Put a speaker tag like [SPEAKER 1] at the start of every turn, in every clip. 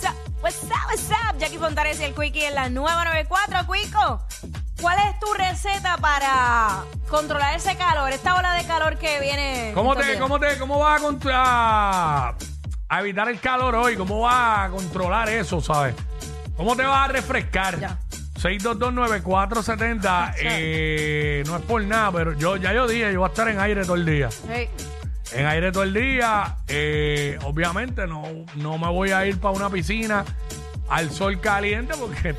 [SPEAKER 1] Sup, What's up, what's up? Jackie Fontanes y el Quickie en la nueva 94. Quico, ¿cuál es tu receta para controlar ese calor, esta ola de calor que viene?
[SPEAKER 2] ¿Cómo te,
[SPEAKER 1] estos días?
[SPEAKER 2] cómo te, cómo vas a, cont- a- a evitar el calor hoy? ¿Cómo vas a controlar eso, sabes? ¿Cómo te vas a refrescar?
[SPEAKER 1] Ya.
[SPEAKER 2] 6229470 eh, no es por nada, pero yo ya yo dije, yo voy a estar en aire todo el día.
[SPEAKER 1] Hey,
[SPEAKER 2] En aire todo el día, eh, obviamente no, no me voy a ir para una piscina al sol caliente porque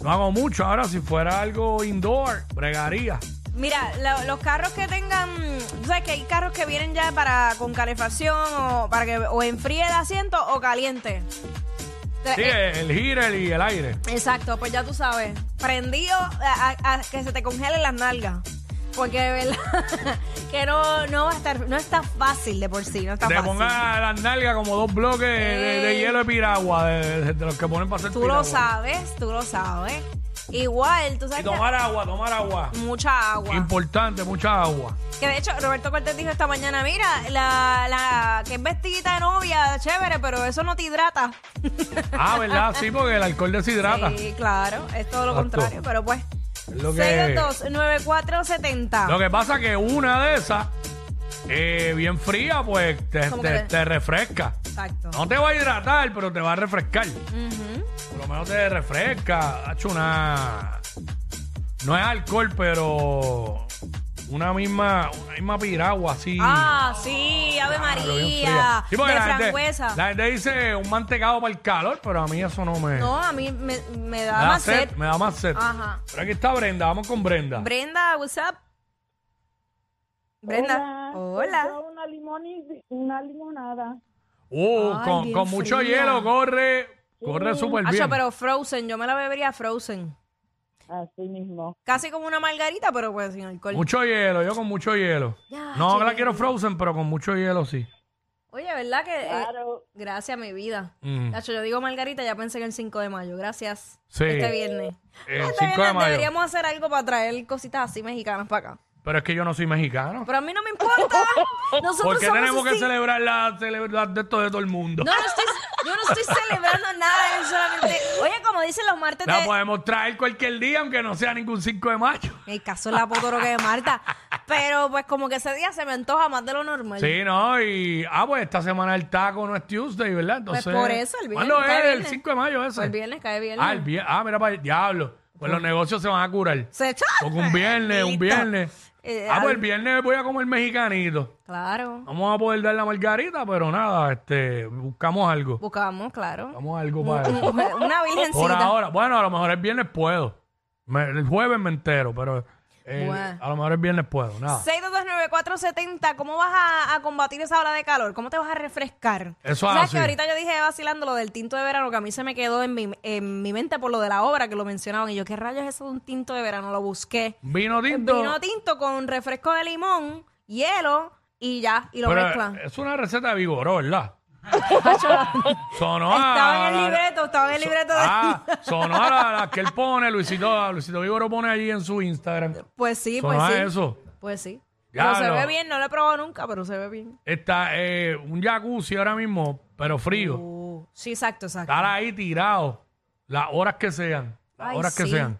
[SPEAKER 2] no hago mucho. Ahora, si fuera algo indoor, bregaría.
[SPEAKER 1] Eh, Mira, lo- los carros que tengan, tú sabes que hay carros que vienen ya para con calefacción o para que o enfríe el asiento o caliente. O sea,
[SPEAKER 2] Sí,
[SPEAKER 1] eh,
[SPEAKER 2] el gire y el aire.
[SPEAKER 1] Exacto, pues ya tú sabes. Prendido a, a- a que se te congelen las nalgas. Porque de verdad que no, no va a estar, no está fácil de por sí, no está
[SPEAKER 2] Te
[SPEAKER 1] fácil.
[SPEAKER 2] ponga las nalgas como dos bloques de, de
[SPEAKER 1] Ey.
[SPEAKER 2] hielo de piragua, de, de- de los que ponen para hacer
[SPEAKER 1] Tú lo
[SPEAKER 2] piragua.
[SPEAKER 1] sabes, tú lo sabes. Igual, tú
[SPEAKER 2] Y
[SPEAKER 1] sabes
[SPEAKER 2] tomar agua, tomar agua.
[SPEAKER 1] que mucha agua.
[SPEAKER 2] Importante, mucha agua.
[SPEAKER 1] que de hecho, Roberto Cortés dijo esta mañana, mira, la, la que es vestidita de novia, chévere, pero eso no te hidrata.
[SPEAKER 2] Ah, ¿verdad? Sí, porque el alcohol deshidrata.
[SPEAKER 1] Sí, claro, es todo lo
[SPEAKER 2] Exacto.
[SPEAKER 1] contrario, pero pues.
[SPEAKER 2] Es lo que-
[SPEAKER 1] 622-9470.
[SPEAKER 2] Lo que pasa que una de esas, eh, bien fría, pues te,
[SPEAKER 1] Como
[SPEAKER 2] te-
[SPEAKER 1] que te-
[SPEAKER 2] te refresca.
[SPEAKER 1] Exacto.
[SPEAKER 2] No te va a hidratar, pero te va a refrescar. Por lo menos te refresca. Ha hecho una. No es alcohol, pero una misma, una misma piragua así.
[SPEAKER 1] Ah, sí, Ave
[SPEAKER 2] Claro, bien
[SPEAKER 1] María,
[SPEAKER 2] Ah, fría. Sí, porque
[SPEAKER 1] de
[SPEAKER 2] la gente-
[SPEAKER 1] frangüesa.
[SPEAKER 2] la gente dice un mantecado para el calor, pero a mí eso no me.
[SPEAKER 1] No, a mí me, me da
[SPEAKER 2] me da
[SPEAKER 1] más
[SPEAKER 2] sed,
[SPEAKER 1] sed.
[SPEAKER 2] Me da más sed.
[SPEAKER 1] Ajá.
[SPEAKER 2] Pero aquí está Brenda, vamos con Brenda.
[SPEAKER 1] Brenda, what's up? Brenda,
[SPEAKER 3] compré
[SPEAKER 1] hola.
[SPEAKER 3] Una, limoni- una limonada.
[SPEAKER 2] Uh,
[SPEAKER 1] Ay,
[SPEAKER 2] con,
[SPEAKER 1] bien
[SPEAKER 2] con mucho
[SPEAKER 1] fría.
[SPEAKER 2] hielo corre, corre súper
[SPEAKER 1] Acho,
[SPEAKER 2] bien.
[SPEAKER 1] pero Frozen, yo me la bebería Frozen.
[SPEAKER 3] Así mismo.
[SPEAKER 1] Casi como una margarita, pero pues sin alcohol.
[SPEAKER 2] Mucho hielo, yo con mucho hielo.
[SPEAKER 1] Ya,
[SPEAKER 2] no
[SPEAKER 1] che.
[SPEAKER 2] la quiero frozen, pero con mucho hielo sí.
[SPEAKER 1] Oye, ¿verdad que? eh,
[SPEAKER 3] Claro.
[SPEAKER 1] gracias, mi vida.
[SPEAKER 2] Mm.
[SPEAKER 1] Acho, yo digo margarita, ya pensé en el 5 de mayo. Gracias.
[SPEAKER 2] Sí.
[SPEAKER 1] Este viernes.
[SPEAKER 2] El
[SPEAKER 1] Este
[SPEAKER 2] 5 de
[SPEAKER 1] viernes
[SPEAKER 2] mayo.
[SPEAKER 1] Deberíamos hacer algo para traer cositas así mexicanas para acá.
[SPEAKER 2] Pero es que yo no soy mexicano.
[SPEAKER 1] Pero a mí no me importa. Nosotros
[SPEAKER 2] ¿Por qué
[SPEAKER 1] somos
[SPEAKER 2] tenemos que
[SPEAKER 1] así.
[SPEAKER 2] celebrar la, cele- la de todo de todo el mundo?
[SPEAKER 1] No, no estoy, yo no estoy celebrando nada. yo solamente- Oye, como dicen los martes
[SPEAKER 2] La
[SPEAKER 1] de...
[SPEAKER 2] podemos traer cualquier día, aunque no sea ningún 5 de mayo.
[SPEAKER 1] El caso es la potoro que de Marta. Pero pues como que ese día se me antoja más de lo normal.
[SPEAKER 2] Sí, no, y. Ah, pues esta semana el taco no es Tuesday, ¿verdad? Entonces.
[SPEAKER 1] Pues, por eso, el viernes,
[SPEAKER 2] ¿Cuándo
[SPEAKER 1] cae
[SPEAKER 2] es? El
[SPEAKER 1] viernes.
[SPEAKER 2] 5 de mayo ese.
[SPEAKER 1] Pues, El viernes cae viernes.
[SPEAKER 2] Ah, el viernes. Ah, mira para el diablo. Pues los negocios se van a curar.
[SPEAKER 1] Se echa.
[SPEAKER 2] Porque un viernes, un
[SPEAKER 1] Listo.
[SPEAKER 2] viernes.
[SPEAKER 1] Eh,
[SPEAKER 2] ah, pues
[SPEAKER 1] al-
[SPEAKER 2] el viernes voy a comer mexicanito.
[SPEAKER 1] Claro.
[SPEAKER 2] No vamos a poder dar la margarita, pero nada, este, buscamos algo.
[SPEAKER 1] Buscamos, claro.
[SPEAKER 2] Buscamos algo para eso.
[SPEAKER 1] Una virgencita.
[SPEAKER 2] Por ahora, bueno, a lo mejor el viernes puedo. Me- el jueves me entero, pero eh,
[SPEAKER 1] Bueno.
[SPEAKER 2] a lo mejor el viernes puedo. Nada.
[SPEAKER 1] 6229470, ¿cómo vas a, a combatir esa ola de calor? ¿Cómo te vas a refrescar?
[SPEAKER 2] Eso es
[SPEAKER 1] ¿Sabes
[SPEAKER 2] así.
[SPEAKER 1] que ahorita yo dije vacilando lo del tinto de verano que a mí se me quedó en mi, en mi mente por lo de la obra que lo mencionaban y yo, ¿qué rayos es eso de un tinto de verano? Lo busqué.
[SPEAKER 2] Vino tinto.
[SPEAKER 1] Vino tinto con refresco de limón, hielo y ya, y lo
[SPEAKER 2] pero eh,
[SPEAKER 1] mezclan.
[SPEAKER 2] es una receta de vigoró, ¿verdad? sonó a-
[SPEAKER 1] Estaba en el
[SPEAKER 2] la-
[SPEAKER 1] libreto, estaba en el
[SPEAKER 2] so-
[SPEAKER 1] libreto de...
[SPEAKER 2] Ah, sonó a la, la que él pone, Luisito, Luisito Vigoró pone allí en su Instagram.
[SPEAKER 1] Pues sí, pues
[SPEAKER 2] sonó a
[SPEAKER 1] sí.
[SPEAKER 2] eso.
[SPEAKER 1] Pues sí.
[SPEAKER 2] Ya
[SPEAKER 1] pero se
[SPEAKER 2] lo-
[SPEAKER 1] ve bien, no lo he probado nunca, pero se ve bien.
[SPEAKER 2] Está eh, un jacuzzi ahora mismo, pero frío.
[SPEAKER 1] Uh, sí, exacto, exacto.
[SPEAKER 2] Estar ahí tirado las horas que sean, las
[SPEAKER 1] Ay,
[SPEAKER 2] horas que
[SPEAKER 1] sí.
[SPEAKER 2] sean.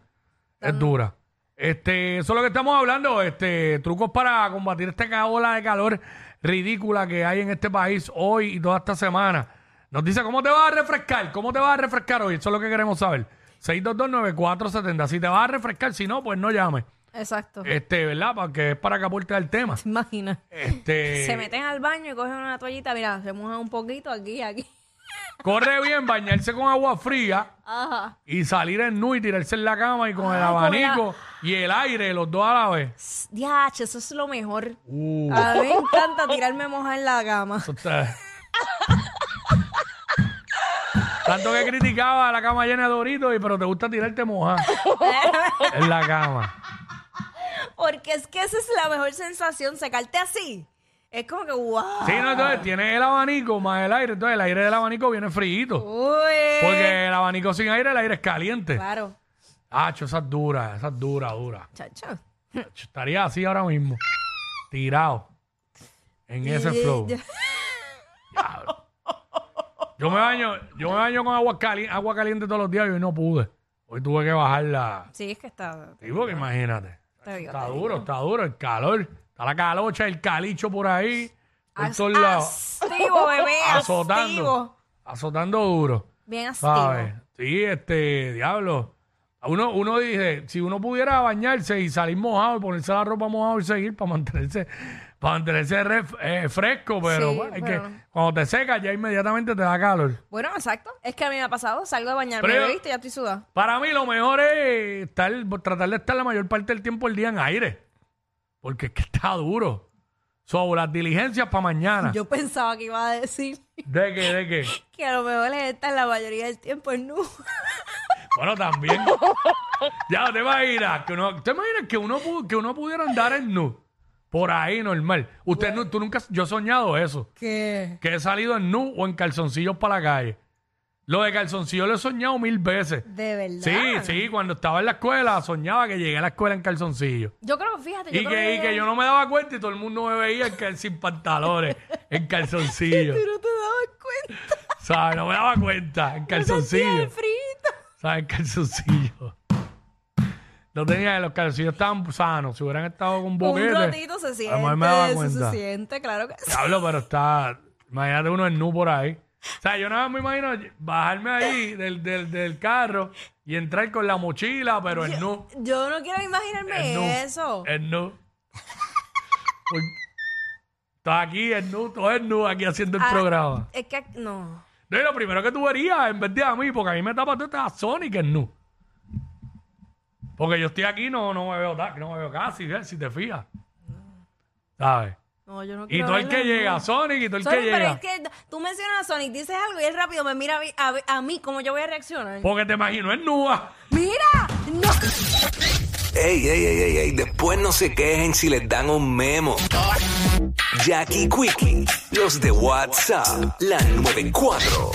[SPEAKER 2] Es dura. Este, eso es lo que estamos hablando, este, trucos para combatir esta ca- ola de calor ridícula que hay en este país hoy y toda esta semana. Nos dice, ¿cómo te vas a refrescar? ¿Cómo te vas a refrescar hoy? Eso es lo que queremos saber. 6229470. Si te vas a refrescar, si no, pues no llames.
[SPEAKER 1] Exacto.
[SPEAKER 2] Este, ¿verdad? Porque es para que aporte al tema.
[SPEAKER 1] ¿Te imaginas?
[SPEAKER 2] Este,
[SPEAKER 1] Se meten al baño y cogen una toallita, mira, se mojan un poquito aquí, aquí.
[SPEAKER 2] Corre bien bañarse con agua fría
[SPEAKER 1] Ajá.
[SPEAKER 2] y salir en nu y tirarse en la cama y con el
[SPEAKER 1] Ah, con el
[SPEAKER 2] abanico y el aire, los dos a la vez.
[SPEAKER 1] Diache, eso es lo mejor.
[SPEAKER 2] Uh,
[SPEAKER 1] A mí me encanta tirarme moja en la cama.
[SPEAKER 2] eso está- Tanto que criticaba la cama llena de doritos, y- pero te gusta tirarte mojada en la cama.
[SPEAKER 1] Porque es que esa es la mejor sensación, secarte así. Es como que, wow.
[SPEAKER 2] Sí, no, entonces tienes el abanico más el aire. Entonces el aire del abanico viene frío.
[SPEAKER 1] Uy.
[SPEAKER 2] Porque el abanico sin aire, el aire es caliente.
[SPEAKER 1] Claro.
[SPEAKER 2] Hacho, esas duras, esas duras, duras.
[SPEAKER 1] Chacho.
[SPEAKER 2] Acho, Estaría así ahora mismo. Tirado. En ese flow. Diablo. Yo me baño, yo me baño con agua caliente, agua caliente todos los días y hoy no pude. Hoy tuve que bajarla.
[SPEAKER 1] Sí, es que está.
[SPEAKER 2] Sí, porque imagínate.
[SPEAKER 1] Te digo,
[SPEAKER 2] Está
[SPEAKER 1] te
[SPEAKER 2] duro, está duro, el calor. Está la calocha, el calicho por ahí. Por
[SPEAKER 1] As-
[SPEAKER 2] todos lados.
[SPEAKER 1] Activo, bebé.
[SPEAKER 2] Azotando.
[SPEAKER 1] Activo.
[SPEAKER 2] Azotando duro.
[SPEAKER 1] Bien activo.
[SPEAKER 2] ¿Sabes? Sí, este, diablo. Uno, uno dice, si uno pudiera bañarse y salir mojado y ponerse la ropa mojada y seguir para mantenerse, para mantenerse ref- eh, fresco, pero
[SPEAKER 1] Sí,
[SPEAKER 2] bueno, es
[SPEAKER 1] pero-
[SPEAKER 2] que cuando te secas ya inmediatamente te da calor.
[SPEAKER 1] Bueno, exacto. Es que a mí me ha pasado. Salgo de bañarme,
[SPEAKER 2] Pero-
[SPEAKER 1] ¿me viste? Ya estoy sudada.
[SPEAKER 2] Para mí lo mejor es estar, tratar de estar la mayor parte del tiempo el día en aire, porque es que está duro. Sobre las diligencias para mañana.
[SPEAKER 1] Yo pensaba que iba a decir
[SPEAKER 2] ¿De qué? ¿De qué?
[SPEAKER 1] que a lo mejor es estar la mayoría del tiempo en nu.
[SPEAKER 2] Bueno, también. ya, te imaginas que uno, te imaginas que uno, pu- que uno pudiera andar en nu. Por ahí, normal. Usted nu- tú nunca, yo he soñado eso.
[SPEAKER 1] ¿Qué?
[SPEAKER 2] Que he salido en nu o en calzoncillos para la calle. Lo de calzoncillos lo he soñado mil veces.
[SPEAKER 1] De verdad.
[SPEAKER 2] Sí, sí, cuando estaba en la escuela soñaba que llegué a la escuela en calzoncillos.
[SPEAKER 1] Yo creo que, fíjate, yo
[SPEAKER 2] Y
[SPEAKER 1] creo
[SPEAKER 2] que, y que yo no me daba cuenta y todo el mundo me veía en cal- sin pantalones, en calzoncillos.
[SPEAKER 1] Tú no te dabas cuenta.
[SPEAKER 2] O sea, no me daba cuenta,
[SPEAKER 1] Sentía
[SPEAKER 2] en
[SPEAKER 1] el
[SPEAKER 2] calzoncillos.
[SPEAKER 1] frito.
[SPEAKER 2] ¿Sabes? Calzoncillos. No tenía, los calzoncillos estaban sanos. Si hubieran estado con boquete.
[SPEAKER 1] Un ratito se siente.
[SPEAKER 2] A lo mejor me daba
[SPEAKER 1] eso
[SPEAKER 2] cuenta.
[SPEAKER 1] se siente, claro que sí.
[SPEAKER 2] Diablo, pero está. Imagínate uno en nu por ahí. O sea, yo nada más me imagino bajarme ahí del, del, del carro y entrar con la mochila, pero en nu.
[SPEAKER 1] Yo no quiero
[SPEAKER 2] En
[SPEAKER 1] imaginarme
[SPEAKER 2] nu.
[SPEAKER 1] eso.
[SPEAKER 2] En nu. Uy. Estás aquí en nu, todo en nu, aquí haciendo el
[SPEAKER 1] Ah.
[SPEAKER 2] programa.
[SPEAKER 1] Es que no.
[SPEAKER 2] No, y lo primero que tú verías en vez de a mí, porque a mí me tapa tú estás Sonic en nu. Porque yo estoy aquí, no, no me veo ta- no me veo casi, ¿ves? si te fijas. ¿Sabes?
[SPEAKER 1] No, yo no
[SPEAKER 2] Y
[SPEAKER 1] quiero.
[SPEAKER 2] todo el que
[SPEAKER 1] verlo,
[SPEAKER 2] llega,
[SPEAKER 1] no.
[SPEAKER 2] Sonic, y todo el
[SPEAKER 1] Sonic,
[SPEAKER 2] que
[SPEAKER 1] pero
[SPEAKER 2] llega.
[SPEAKER 1] es que tú mencionas a Sonic, dices algo y él rápido me mira a mí, a, a mí cómo yo voy a reaccionar.
[SPEAKER 2] Porque te imagino en nua.
[SPEAKER 1] ¡Mira! ¡No!
[SPEAKER 4] Ey, ey, ey, ey, ey, después no se quejen si les dan un memo. Jackie Quickie, los de WhatsApp, la 94.